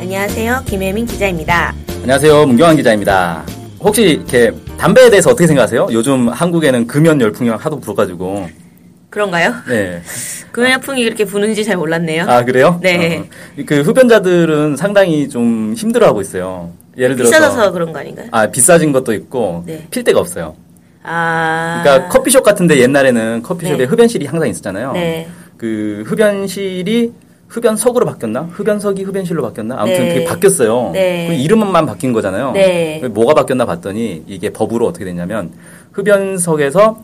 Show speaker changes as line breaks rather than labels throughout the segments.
안녕하세요. 김혜민 기자입니다.
안녕하세요. 문경환 기자입니다. 혹시 이렇게 담배에 대해서 어떻게 생각하세요? 요즘 한국에는 금연 열풍이랑 하도 불어가지고.
그런가요?
네.
금연풍이 그렇게 부는지 잘 몰랐네요.
아, 그래요?
네.
어, 그 흡연자들은 상당히 좀 힘들어하고 있어요. 예를 들어서.
비싸져서 그런 거 아닌가요?
아, 비싸진 것도 있고.
네.
필 데가 없어요.
아.
그러니까 커피숍 같은데 옛날에는 커피숍에
네.
흡연실이 항상 있었잖아요.
네.
그 흡연실이 흡연석으로 바뀌었나? 흡연석이 흡연실로 바뀌었나? 아무튼
네.
그게 바뀌었어요.
네.
그 이름만 바뀐 거잖아요.
네.
그 뭐가 바뀌었나 봤더니 이게 법으로 어떻게 됐냐면 흡연석에서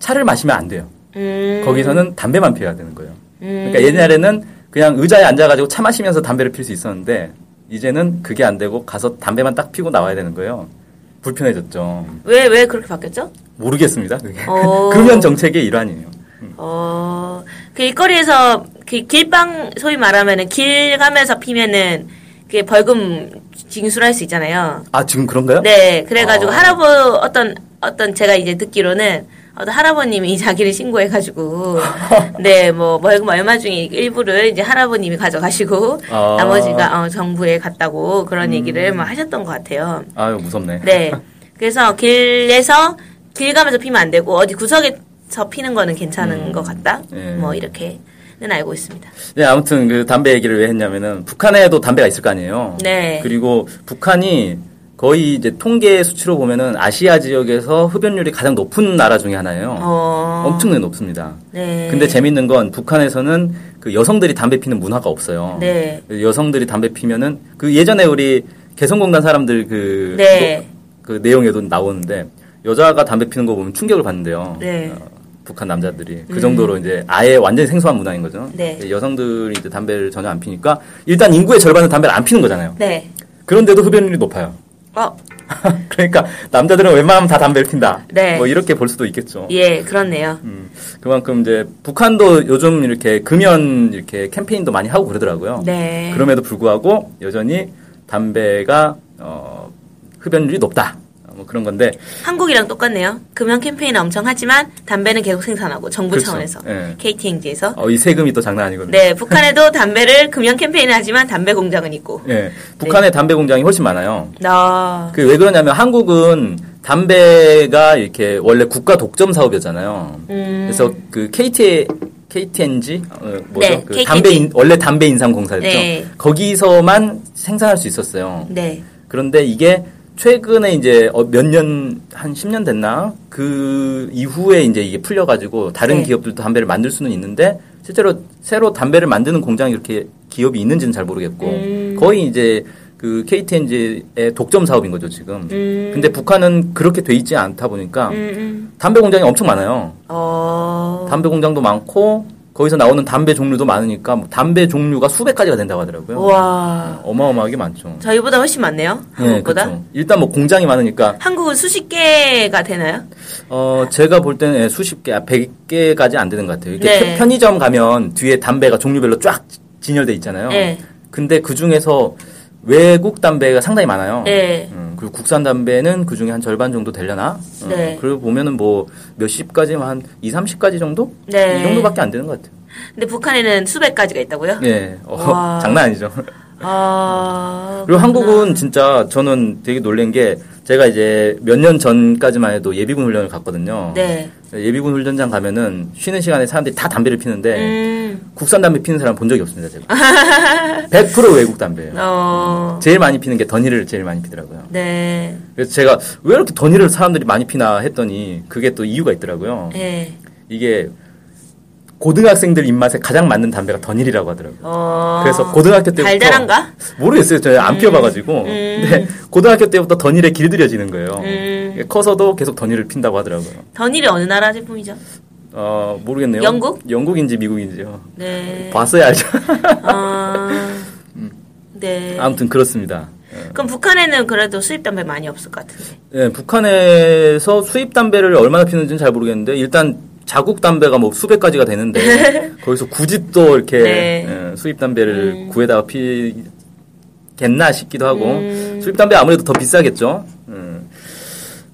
차를 마시면 안 돼요.
음.
거기서는 담배만 피워야 되는 거예요.
음.
그러니까 옛날에는 그냥 의자에 앉아가지고 차 마시면서 담배를 피울 수 있었는데 이제는 그게 안 되고 가서 담배만 딱 피고 나와야 되는 거예요. 불편해졌죠.
왜, 왜 그렇게 바뀌었죠?
모르겠습니다. 그게
어.
금연 정책의 일환이에요.
어. 그 일거리에서 그 길방, 소위 말하면은 길 가면서 피면은 그게 벌금 징수할 를수 있잖아요.
아 지금 그런가요?
네. 그래가지고
어.
할아버 어떤, 어떤 제가 이제 듣기로는 어떤 할아버님이 자기를 신고해가지고 네 뭐 벌금 얼마 중에 일부를 이제 할아버님이 가져가시고
아. 음.
나머지가 어, 정부에 갔다고 그런 얘기를 뭐 하셨던 것 같아요.
아유 무섭네.
네. 그래서 길에서 길 가면서 피면 안 되고 어디 구석에서 피는 거는 괜찮은 것 같다.
예.
뭐 이렇게는 알고 있습니다.
네, 아무튼 그 담배 얘기를 왜 했냐면은 북한에도 담배가 있을 거 아니에요.
네.
그리고 북한이 거의 이제 통계 수치로 보면은 아시아 지역에서 흡연율이 가장 높은 나라 중에 하나예요.
어.
엄청나게 높습니다.
네.
근데 재밌는 건 북한에서는 그 여성들이 담배 피는 문화가 없어요. 그
네.
여성들이 담배 피면은 그 예전에 우리 개성공단 사람들 그,
네.
그 내용에도 나오는데 여자가 담배 피는 거 보면 충격을 받는데요.
네.
어, 북한 남자들이 그 정도로 이제 아예 완전히 생소한 문화인 거죠.
음. 네.
여성들이 이제 담배를 전혀 안 피니까 일단 인구의 절반은 담배를 안 피는 거잖아요.
네.
그런데도 흡연율이 높아요.
어.
그러니까 남자들은 웬만하면 다 담배를 핀다.
네.
뭐 이렇게 볼 수도 있겠죠.
예, 그렇네요.
음, 그만큼 이제 북한도 요즘 이렇게 금연 이렇게 캠페인도 많이 하고 그러더라고요.
네.
그럼에도 불구하고 여전히 담배가 어, 흡연율이 높다. 어, 뭐 그런 건데
한국이랑 똑같네요. 금연 캠페인 엄청 하지만 담배는 계속 생산하고 정부
그렇죠.
차원에서
예.
KT 행지에서
어, 이 세금이 또 장난 아니거든요.
네, 북한에도 담배를 금연 캠페인을 하지만 담배 공장은 있고.
예,
네.
북한의 담배 공장이 훨씬 많아요.
나
그 왜 그러냐면 한국은 담배가 이렇게 원래 국가 독점 사업이었잖아요.
음.
그래서 그 KT KTNG 어, 뭐죠?
네,
그
KTNG.
담배 인- 원래 담배 인상 공사였죠.
네.
거기서만 생산할 수 있었어요.
네.
그런데 이게 최근에 이제 어, 몇 년 한 10년 됐나? 그 이후에 이제 이게 풀려 가지고 다른
네.
기업들도 담배를 만들 수는 있는데 실제로 새로 담배를 만드는 공장이 이렇게 기업이 있는지는 잘 모르겠고
음.
거의 이제 그 KTNG의 독점 사업인 거죠, 지금. 근데 북한은 그렇게 돼 있지 않다 보니까
음,
담배 공장이 엄청 많아요.
음. 어.
담배 공장도 많고 거기서 나오는 담배 종류도 많으니까 뭐 담배 종류가 수백 가지가 된다고 하더라고요.
어. 와.
어마어마하게 많죠.
저희보다 훨씬 많네요. 한국보다.
그렇죠. 일단 뭐 공장이 많으니까
한국은 수십 개가 되나요?
어 제가 볼 때는 예, 수십 개, 아, 100개까지 안 되는 것 같아요. 이렇게
네.
편- 편의점 가면 뒤에 담배가 종류별로 쫙 진열돼 있잖아요.
네.
근데 그 중에서 외국 담배가 상당히 많아요.
네.
음, 그리고 국산 담배는 그 중에 한 절반 정도 되려나? 음,
네.
그리고 보면은 뭐 몇십까지 한 2, 30까지 정도?
네.
이 정도밖에 안 되는 것 같아요.
근데 북한에는 수백 가지가 있다고요?
예. 어,
와.
장난 아니죠.
아.
그리고
그렇구나.
한국은 진짜 저는 되게 놀란 게 제가 이제 몇 년 전까지만 해도 예비군 훈련을 갔거든요.
네.
예비군 훈련장 가면은 쉬는 시간에 사람들이 다 담배를 피는데
음.
국산 담배 피는 사람 본 적이 없습니다 제가 100% 외국 담배예요
어.
제일 많이 피는 게 더니를 제일 많이 피더라고요
네.
그래서 제가 왜 이렇게 더니를 사람들이 많이 피나 했더니 그게 또 이유가 있더라고요
네.
이게 고등학생들 입맛에 가장 맞는 담배가 더닐이라고 하더라고요
어.
그래서 고등학교 때부터
달달한가?
모르겠어요 저는
음.
안 피워봐가지고 근데 고등학교 때부터 더닐에 길들여지는 거예요
음.
커서도 계속 더닐을 핀다고 하더라고요
던일이 어느 나라 제품이죠?
어 모르겠네요
영국? 음.
영국인지 미국인지요
네.
봤어야 알죠
아. 네.
아무튼 그렇습니다.
그럼 북한에는 그래도 수입 담배 많이 없을 것 같은데.
예, 북한에서 수입 담배를 얼마나 피는지는 잘 모르겠는데 일단 자국 담배가 뭐 수백 가지가 되는데 거기서 굳이 또 이렇게
네. 음.
예, 수입 담배를 구해다가 피겠나 싶기도 하고
음.
수입 담배 아무래도 더 비싸겠죠. 음.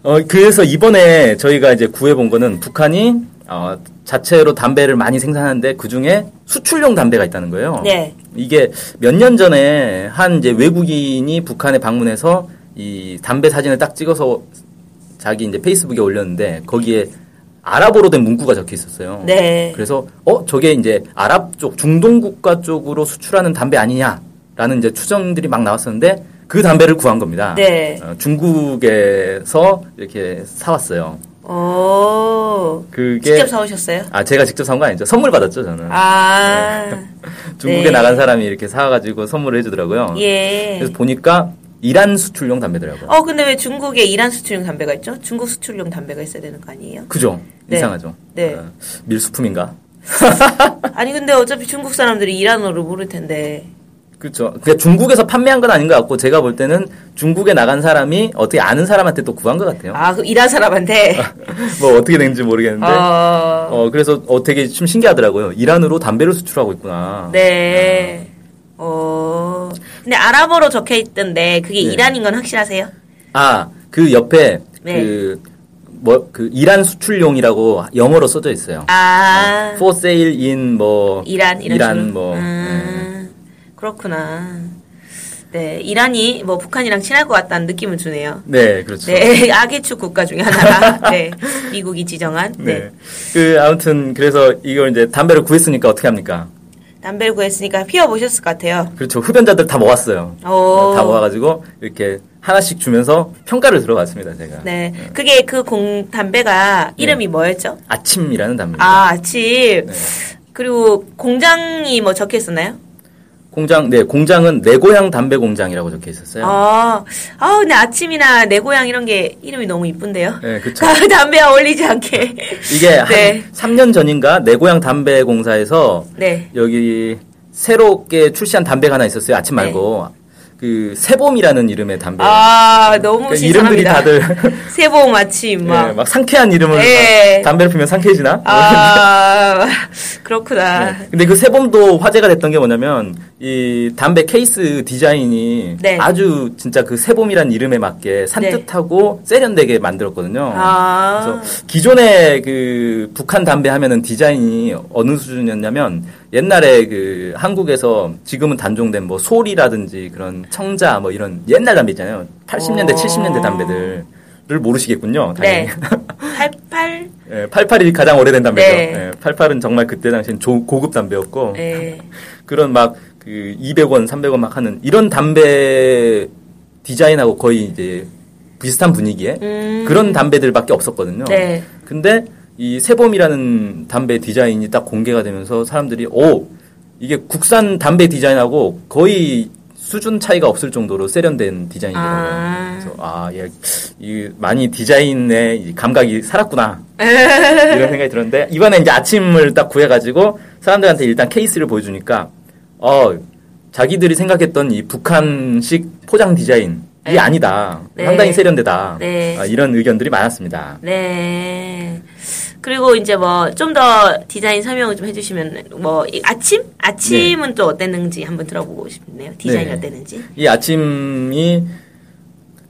어, 그래서 이번에 저희가 이제 구해본 거는 북한이 어, 자체로 담배를 많이 생산하는데 그 중에 수출용 담배가 있다는 거예요.
네.
이게 몇 년 전에 한 이제 외국인이 북한에 방문해서 이 담배 사진을 딱 찍어서 자기 이제 페이스북에 올렸는데 거기에 아랍어로 된 문구가 적혀 있었어요.
네.
그래서 어 저게 이제 아랍 쪽 중동 국가 쪽으로 수출하는 담배 아니냐라는 이제 추정들이 막 나왔었는데 그 담배를 구한 겁니다.
네.
어, 중국에서 이렇게 사왔어요.
오.
그게
직접 사오셨어요?
아 제가 직접 산 거 아니죠? 선물 받았죠 저는.
아.
중국에
네.
나간 사람이 이렇게 사와가지고 선물을 해주더라고요.
예.
그래서 보니까 이란 수출용 담배더라고요.
어, 근데 왜 중국에 이란 수출용 담배가 있죠? 중국 수출용 담배가 있어야 되는 거 아니에요?
그죠?
네.
이상하죠.
네.
어, 밀수품인가?
아니, 근데 어차피 중국 사람들이 이란어를 모를 텐데.
그렇죠. 그러니까 중국에서 판매한 건 아닌 것 같고 제가 볼 때는 중국에 나간 사람이 어떻게 아는 사람한테 또 구한 것 같아요.
아, 그 이란 사람한테?
뭐 어떻게 된지 모르겠는데. 어...
어.
그래서 어 되게 좀 신기하더라고요. 이란으로 담배를 수출하고 있구나.
네. 어. 근데 아랍어로 적혀 있던데 그게
네.
이란인 건 확실하세요?
아, 그 옆에
네.
그 뭐, 그, 이란 수출용이라고 영어로 써져 있어요.
아.
for sale in, 뭐,
이란 이런 식으로?
뭐, 네.
아, 그렇구나. 네, 이란이 뭐 북한이랑 친할 것 같다는 느낌을 주네요.
네, 그렇죠.
네, 악의축 국가 중에 하나라. 네, 미국이 지정한. 네.
네. 그 아무튼 그래서 이걸 이제 담배를 구했으니까 어떻게 합니까?
담배를 구했으니까 피워보셨을 것 같아요.
그렇죠. 흡연자들 다 모았어요.
오.
네, 다 모아가지고 이렇게 하나씩 주면서 평가를 들어봤습니다. 제가
네. 그게 그 공 담배가
네.
이름이 뭐였죠?
아침이라는 담배.
아,
네.
아침. 그리고 공장이 뭐 적혀 있었나요?
공장 네 공장은 내 고향 담배 공장이라고 적혀 있었어요.
아, 아, 근데 아침이나 내 고향 이런 게 이름이 너무 이쁜데요?
네, 그쵸.
담배와 어울리지 않게.
이게 한
네.
3년 전인가 내 고향 담배 공사에서
네.
여기 새롭게 출시한 담배가 하나 있었어요. 아침 말고 그 세봄이라는 이름의 담배.
네. 아, 너무
그러니까 이름들이
신선합니다.
다들
새봄 아침 막.
예, 막 상쾌한 이름을
예.
막 담배를 피면 상쾌해지나?
아, 그렇구나.
네. 근데 그 세범도 화제가 됐던 게 뭐냐면 이 담배 케이스 디자인이
네.
아주 진짜 그 세범이란 이름에 맞게 산뜻하고 세련되게 만들었거든요.
네. 아.
그래서 기존의 그 북한 담배 하면은 디자인이 어느 수준이었냐면 옛날에 그 한국에서 지금은 단종된 뭐 소리라든지 그런 청자 뭐 이런 옛날 담배 있잖아요. 80년대,
어.
70년대 담배들. 을 모르시겠군요.
네.
당연히.
88?
예, 88이 가장 오래된 담배죠.
네.
예, 88은 정말 그때 당시엔 조- 고급 담배였고
네.
그런 막 그 200원, 300원 막 하는 이런 담배 디자인하고 거의 이제 비슷한 분위기에
음.
그런 담배들밖에 없었거든요.
네.
근데 이 세범이라는 담배 디자인이 딱 공개가 되면서 사람들이 오 이게 국산 담배 디자인하고 거의 수준 차이가 없을 정도로 세련된 디자인이더라고요.
아.
그래서 아, 예, 이 많이 디자인의 이 감각이 살았구나.
네.
이런 생각이 들었는데 이번에 이제 아침을 딱 구해가지고 사람들한테 일단 케이스를 보여주니까 어 자기들이 생각했던 이 북한식 포장 디자인 이
네.
아니다
네.
상당히 세련되다
네.
아, 이런 의견들이 많았습니다.
네. 그리고 이제 뭐 좀 더 디자인 설명을 좀 해주시면 뭐이 아침? 아침은 또 어땠는지 한번 들어보고 싶네요. 디자인이
네.
어땠는지.
이 아침이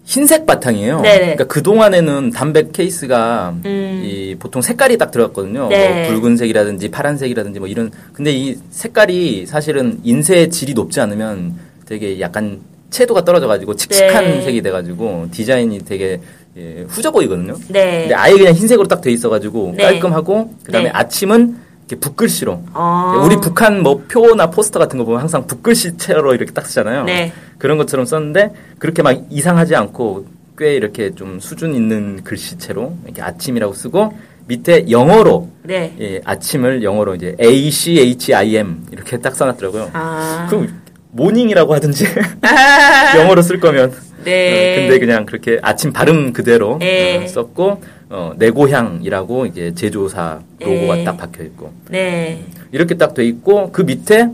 흰색 바탕이에요.
네네.
그러니까 그 동안에는 담배 케이스가
음.
이 보통 색깔이 딱 들어갔거든요.
네.
뭐 붉은색이라든지 파란색이라든지 뭐 이런. 근데 이 색깔이 사실은 인쇄 질이 높지 않으면 되게 약간 채도가 떨어져가지고 칙칙한
네.
색이 돼가지고 디자인이 되게 예, 후져 보이거든요.
네.
근데 아예 그냥 흰색으로 딱 돼 있어가지고
네.
깔끔하고 그다음에
네.
아침은 이렇게 붓글씨로
어.
아, 우리 북한 뭐 표나 포스터 같은 거 보면 항상 붓글씨체로 이렇게 딱 쓰잖아요.
네.
그런 것처럼 썼는데 그렇게 막 이상하지 않고 꽤 이렇게 좀 수준 있는 글씨체로 이렇게 아침이라고 쓰고 밑에 영어로
네.
예, 아침을 영어로 이제 A C H I M 이렇게 딱 써놨더라고요.
아.
그럼 모닝이라고 하든지 영어로 쓸 거면
네.
어, 근데 그냥 그렇게 아침 발음 그대로
네.
어, 썼고 어, 내 고향이라고 이게 제조사 로고가
네.
딱 박혀 있고
네.
이렇게 딱 돼 있고 그 밑에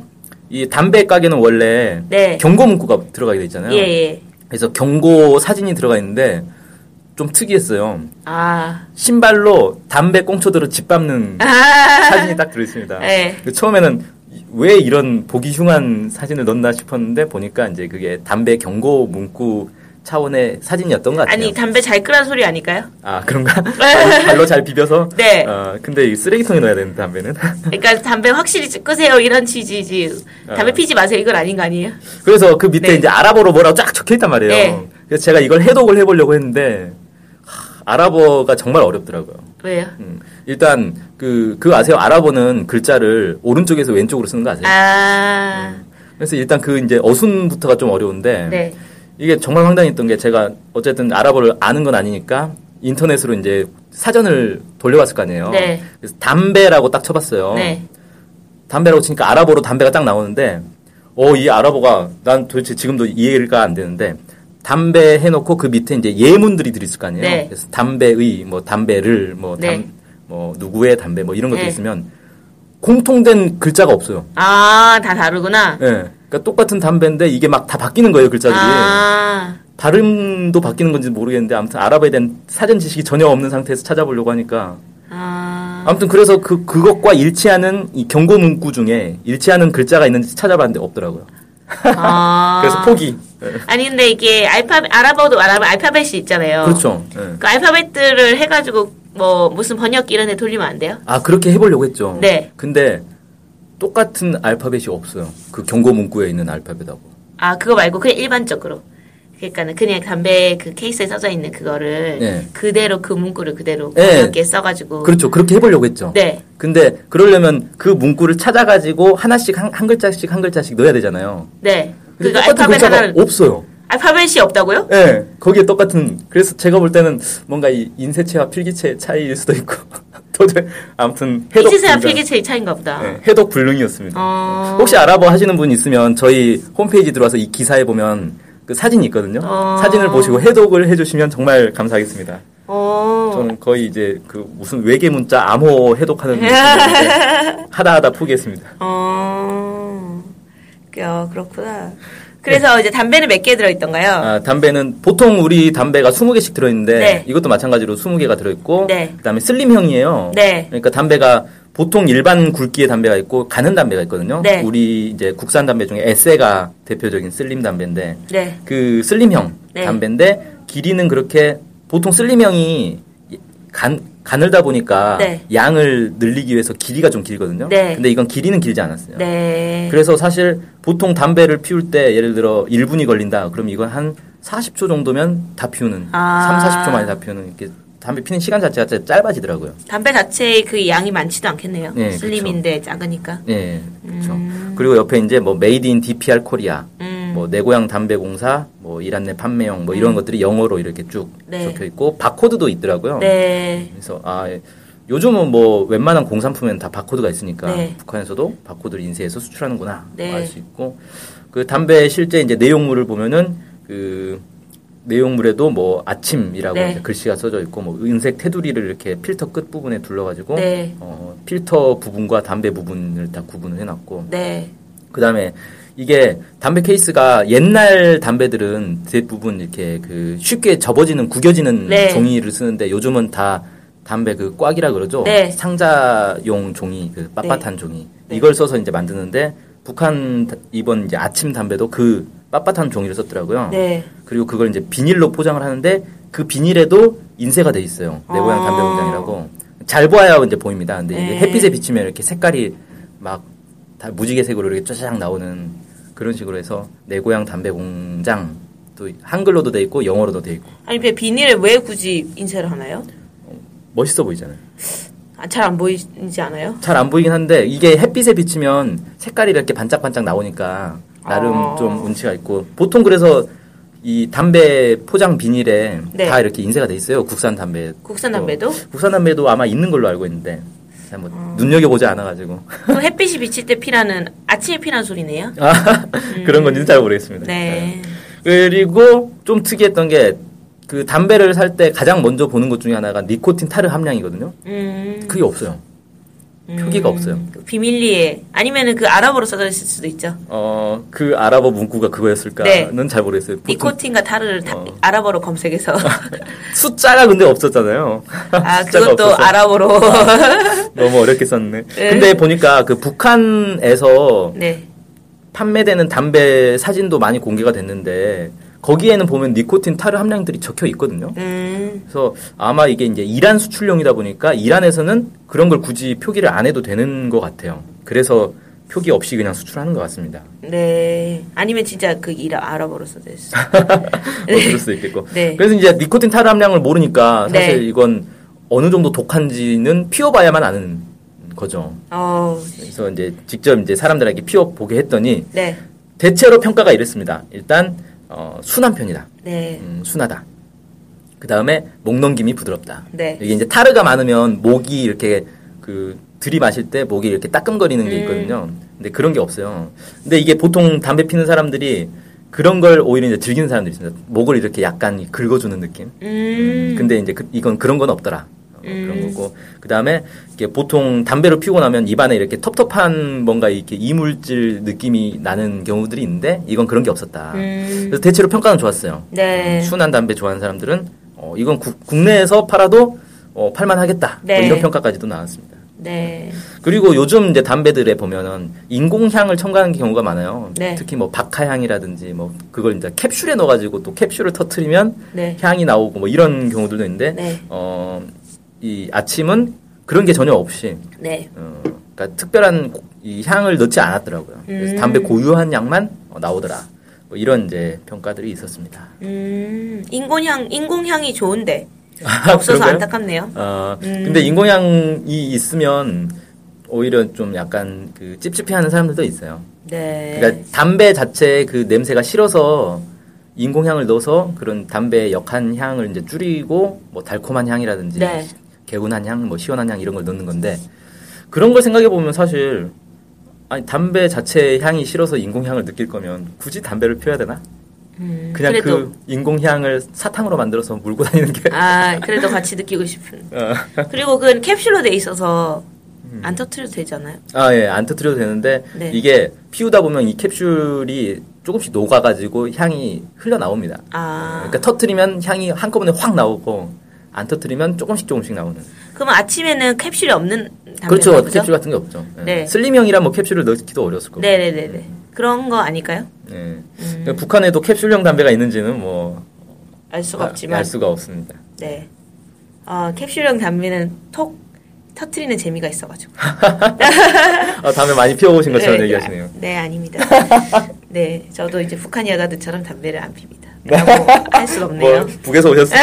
이 담배 가게는 원래
네.
경고 문구가 들어가게 돼 있잖아요.
예, 예.
그래서 경고 사진이 들어가 있는데 좀 특이했어요.
아.
신발로 담배 꽁초들을 짓밟는 사진이 딱 들어있습니다.
네.
그 처음에는 왜 이런 보기 흉한 사진을 넣나 싶었는데 보니까 이제 그게 담배 경고 문구 차원의 사진이었던 것 같아요.
아니, 담배 잘 끄란 소리 아닐까요?
아, 그런가? 발로 잘 비벼서?
네.
어, 근데 이 쓰레기통에 넣어야 되는 담배는.
그러니까 담배 확실히 끄세요 이런 취지지. 담배
어.
피지 마세요 이건 아닌 거 아니에요?
그래서 그 밑에
네.
이제 아랍어로 뭐라고 쫙 적혀 있단 말이에요.
네.
그래서 제가 이걸 해독을 해보려고 했는데, 하, 아랍어가 정말 어렵더라고요.
왜요?
음, 일단, 그, 그 아세요? 아랍어는 글자를 오른쪽에서 왼쪽으로 쓰는 거 아세요?
아,
그래서 일단 그 이제 어순부터가 좀 어려운데,
네.
이게 정말 황당했던 게 제가 어쨌든 아랍어를 아는 건 아니니까 인터넷으로 이제 사전을 돌려봤을 거 아니에요.
네.
그래서 담배라고 딱 쳐봤어요.
네.
담배라고 치니까 아랍어로 담배가 딱 나오는데, 어, 이 아랍어가 난 도대체 지금도 이해가 안 되는데, 담배 해놓고 그 밑에 이제 예문들이 들어있을 거 아니에요.
네.
그래서 담배의, 뭐, 담배를, 뭐, 담,
네.
뭐, 누구의 담배, 뭐, 이런 것도
네.
있으면, 공통된 글자가 없어요.
아, 다 다르구나.
예. 그러니까 똑같은 담배인데 이게 막 다 바뀌는 거예요, 글자들이.
아,
발음도 바뀌는 건지 모르겠는데, 아무튼 아랍어에 대한 사전 지식이 전혀 없는 상태에서 찾아보려고 하니까,
아,
아무튼 그래서 그 그것과 일치하는 이 경고 문구 중에 일치하는 글자가 있는지 찾아봤는데 없더라고요.
아.
그래서 포기.
아니 근데 이게 알파 아랍어도 말하면 알파벳이 있잖아요.
그렇죠. 예.
그 알파벳들을 해가지고 뭐 무슨 번역기 이런 데 돌리면 안 돼요?
아 그렇게 해보려고 했죠.
네.
근데 똑같은 알파벳이 없어요. 그 경고 문구에 있는 알파벳하고.
아 그거 말고 그냥 일반적으로. 그러니까는 그냥 담배 그 케이스에 써져 있는 그거를
네.
그대로 그 문구를 그대로
네.
번역기에 써가지고.
그렇죠. 그렇게 해보려고 했죠.
네.
근데 그러려면 그 문구를 찾아가지고 하나씩 한, 한 글자씩 한 글자씩 넣어야 되잖아요.
네.
근데
그거
똑같은
알파벳
글자가
하나를
없어요.
알파벳이 없다고요?
예. 거기에 똑같은. 그래서 제가 볼 때는 뭔가 이 인쇄체와 필기체의 차이일 수도 있고. 도저히 아무튼 해독
이지세와
불가-
필기체의 차인가 보다.
네, 해독 불능이었습니다.
아. 어.
혹시 아랍어 하시는 분 있으면 저희 홈페이지 들어와서 이 기사에 보면 그 사진이 있거든요.
어.
사진을 보시고 해독을 해주시면 정말 감사하겠습니다.
어.
저는 거의 이제 그 무슨 외계 문자 암호
예.
해독하는 느낌인데 하다 하다 포기했습니다.
어. 어, 그렇구나. 그래서 이제 담배는 몇 개 들어있던가요?
네. 아, 담배는 보통 우리 담배가 20개씩 들어있는데
네.
이것도 마찬가지로 20개가 들어있고
네.
그다음에 슬림형이에요.
네.
그러니까 담배가 보통 일반 굵기의 담배가 있고 가는 담배가 있거든요.
네.
우리 이제 국산 담배 중에 에세가 대표적인 슬림 담배인데
네.
그 슬림형
네.
담배인데 길이는 그렇게 보통 슬림형이 간, 가늘다 보니까
네.
양을 늘리기 위해서 길이가 좀 길거든요.
네.
근데 이건 길이는 길지 않았어요.
네.
그래서 사실 보통 담배를 피울 때 예를 들어 1분이 걸린다. 그럼 이건 한 40초 정도면 다 피우는
아.
3, 40초 만에 다 피우는 이렇게 담배 피는 시간 자체가 진짜 짧아지더라고요.
담배 자체의 그 양이 많지도 않겠네요.
네,
슬림인데 작으니까.
예. 그렇죠. 그리고 옆에 이제 뭐 메이드 인 DPR 코리아
음.
뭐 내 고향 담배 공사, 뭐 이란 내 판매형, 뭐 이런 것들이 영어로 이렇게 쭉
네.
적혀 있고 바코드도 있더라고요.
네.
그래서 아 예. 요즘은 뭐 웬만한 공산품에는 다 바코드가 있으니까
네.
북한에서도 바코드를 인쇄해서 수출하는구나
네.
알 수 있고 그 담배 실제 이제 내용물을 보면은 그 내용물에도 뭐 아침이라고
네.
이제 글씨가 써져 있고 뭐 은색 테두리를 이렇게 필터 끝 부분에 둘러가지고
네.
어, 필터 부분과 담배 부분을 다 구분을 해놨고
네.
그 다음에 이게 담배 케이스가 옛날 담배들은 대부분 이렇게 그 쉽게 접어지는 구겨지는
네.
종이를 쓰는데 요즘은 다 담배 그 꽉이라 그러죠.
네.
상자용 종이 그 빳빳한 종이
네.
이걸 써서 이제 만드는데 북한 다- 이번 이제 아침 담배도 그 빳빳한 종이를 썼더라고요.
네.
그리고 그걸 이제 비닐로 포장을 하는데 그 비닐에도 인쇄가 돼 있어요. 내 고향
어.
담배 공장이라고. 잘 보아야 이제 보입니다. 근데
네.
이게 햇빛에 비치면 이렇게 색깔이 막 다 무지개색으로 이렇게 쫙 나오는 그런 식으로 해서 내 고향 담배 공장 또 한글로도 돼 있고 영어로도 돼 있고
아니, 근데 비닐을 왜 굳이 인쇄를 하나요?
멋있어 보이잖아요.
아, 잘 안 보이지 않아요?
잘 안 보이긴 한데 이게 햇빛에 비치면 색깔이 이렇게 반짝반짝 나오니까 나름
아.
좀 운치가 있고 보통 그래서 이 담배 포장 비닐에
네.
다 이렇게 인쇄가 돼 있어요. 국산 담배.
국산 담배도? 음.
국산 담배도 아마 있는 걸로 알고 있는데 제가 뭐 눈여겨보지 않아가지고
그 햇빛이 비칠 때 피라는, 아침에 피라는 소리네요?
아, 그런 건지는 잘 모르겠습니다.
네.
그리고 좀 특이했던 게 그 담배를 살 때 가장 먼저 보는 것 중에 하나가 니코틴 타르 함량이거든요.
음.
그게 없어요. 표기가 없어요.
그 비밀리에 아니면은 그 아랍어로 써져 있을 수도 있죠.
어, 그 아랍어 문구가 그거였을까는
네.
잘 모르겠어요. 보통
니코틴과 타르를 다-
어.
아랍어로 검색해서
숫자가 근데 없었잖아요.
아
숫자가
그것도
없어서
아랍어로
너무 어렵게 썼네.
네.
근데 보니까 그 북한에서
네
판매되는 담배 사진도 많이 공개가 됐는데 거기에는 보면 니코틴 타르 함량들이 적혀 있거든요.
음,
그래서 아마 이게 이제 이란 수출용이다 보니까 이란에서는 그런 걸 굳이 표기를 안 해도 되는 것 같아요. 그래서 표기 없이 그냥 수출하는 것 같습니다.
네 아니면 진짜 그 이라 아랍어로 써져 있어.
뭐 그럴 수도 있겠고.
네.
그래서 이제 니코틴 타르 함량을 모르니까 사실
네.
이건 어느 정도 독한지는 피워봐야만 아는 거죠.
어,
그래서 이제 직접 이제 사람들에게 피워보게 했더니
네,
대체로 평가가 이랬습니다. 일단 어, 순한 편이다.
네,
음, 순하다. 그 다음에 목 넘김이 부드럽다.
네.
이게 이제 타르가 많으면 목이 이렇게 그 들이마실 때 목이 이렇게 따끔거리는
음.
게 있거든요. 근데 그런 게 없어요. 근데 이게 보통 담배 피는 사람들이 그런 걸 오히려 이제 즐기는 사람들이 있습니다. 목을 이렇게 약간 긁어주는 느낌.
음,
근데 이제 그- 이건 그런 건 없더라. 어, 그런
음.
거고 그 다음에 이게 보통 담배를 피우고 나면 입안에 이렇게 텁텁한 뭔가 이렇게 이물질 느낌이 나는 경우들이 있는데 이건 그런 게 없었다.
음.
그래서 대체로 평가는 좋았어요.
네.
음, 순한 담배 좋아하는 사람들은 어, 이건 국- 국내에서 팔아도 어, 팔만하겠다. 뭐
네.
이런 평가까지도 나왔습니다.
네,
그리고 요즘 이제 담배들에 보면은 인공향을 첨가하는 경우가 많아요.
네.
특히 뭐 박하향이라든지 뭐 그걸 이제 캡슐에 넣어가지고 또 캡슐을 터트리면
네.
향이 나오고 뭐 이런 경우들도 있는데
네.
어, 이 아침은 그런 게 전혀 없이
네,
어, 그러니까 특별한 고- 이 향을 넣지 않았더라고요. 그래서
음.
담배 고유한 향만 어, 나오더라. 뭐 이런 이제 평가들이 있었습니다.
음, 인공향, 인공향이 좋은데 없어서
아, 그런가요?
안타깝네요. 음.
아, 근데 인공향이 있으면 오히려 좀 약간 그 찝찝해하는 사람들도 있어요.
네,
그러니까 담배 자체의 그 냄새가 싫어서 인공향을 넣어서 그런 담배의 역한 향을 이제 줄이고 뭐 달콤한 향이라든지
네.
개운한 향, 뭐 시원한 향 이런 걸 넣는 건데 그런 걸 생각해 보면 사실 아니 담배 자체의 향이 싫어서 인공향을 느낄 거면 굳이 담배를 피워야 되나?
음,
그냥 그
그래도
인공향을 사탕으로 만들어서 물고 다니는 게
아 그래도 같이 느끼고 싶은.
어. 음.
그리고 그건 캡슐로 돼 있어서 안 터트려도 되잖아요.
아, 예, 안 터트려도 되는데,
네.
이게 피우다 보면 이 캡슐이 조금씩 녹아가지고 향이 흘러나옵니다.
아,
그러니까 터트리면 향이 한꺼번에 확 나오고, 안 터트리면 조금씩 조금씩 나오는.
그러면 아침에는 캡슐이 없는 담배
그렇죠. 캡슐 같은 게 없죠. 예.
네.
슬림형이라 뭐 캡슐을 넣기도 어려웠을 거고.
네네네네. 그런 거 아닐까요?
예.
음.
그러니까 북한에도 캡슐형 담배가 있는지는 뭐,
알 수가
아,
없지만.
알 수가 없습니다.
네. 아, 캡슐형 담배는 톡 터트리는 재미가 있어가지고.
아, 담배 많이 피워보신 것처럼
네,
얘기하시네요.
아, 네, 아닙니다. 네, 저도 이제 북한 여자들처럼 담배를 안 핍니다. 라고 할 수가 없네요.
네. 뭐, 북에서 오셨어요.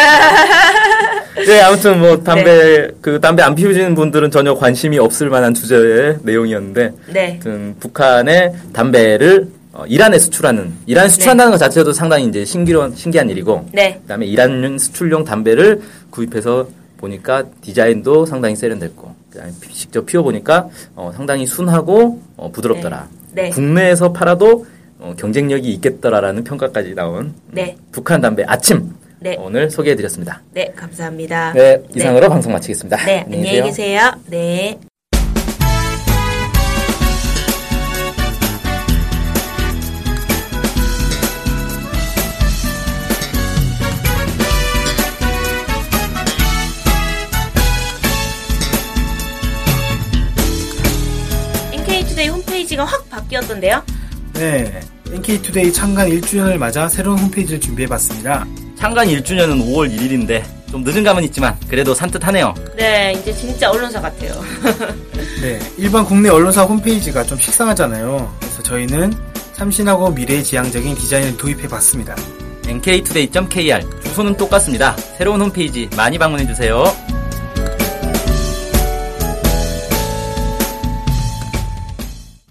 네, 아무튼 뭐
네.
담배 그 담배 안 피우시는 분들은 전혀 관심이 없을 만한 주제의 내용이었는데
네.
아무튼 북한의 담배를 어, 이란에 수출하는 이란 수출한다는 것 자체도 상당히 이제 신기한 신기한 일이고
네.
그다음에 이란 수출용 담배를 구입해서 보니까 디자인도 상당히 세련됐고 그다음에 피- 직접 피워 보니까 어, 상당히 순하고 어, 부드럽더라.
네. 네.
국내에서 팔아도 어, 경쟁력이 있겠더라라는 평가까지 나온
네.
북한 담배 아침 어,
네.
오늘 소개해드렸습니다.
네, 감사합니다.
네, 이상으로 방송 마치겠습니다.
네, 네, 안녕히 계세요. 네. NK투데이 홈페이지가 확 바뀌었던데요?
네, NK투데이 창간 1주년을 맞아 새로운 홈페이지를 준비해봤습니다.
창간 1주년은 5월 1일인데 좀 늦은 감은 있지만 그래도 산뜻하네요.
네, 이제 진짜 언론사 같아요.
네, 일반 국내 언론사 홈페이지가 좀 식상하잖아요. 그래서 저희는 참신하고 미래지향적인 디자인을 도입해봤습니다.
nktoday.kr 주소는 똑같습니다. 새로운 홈페이지 많이 방문해주세요.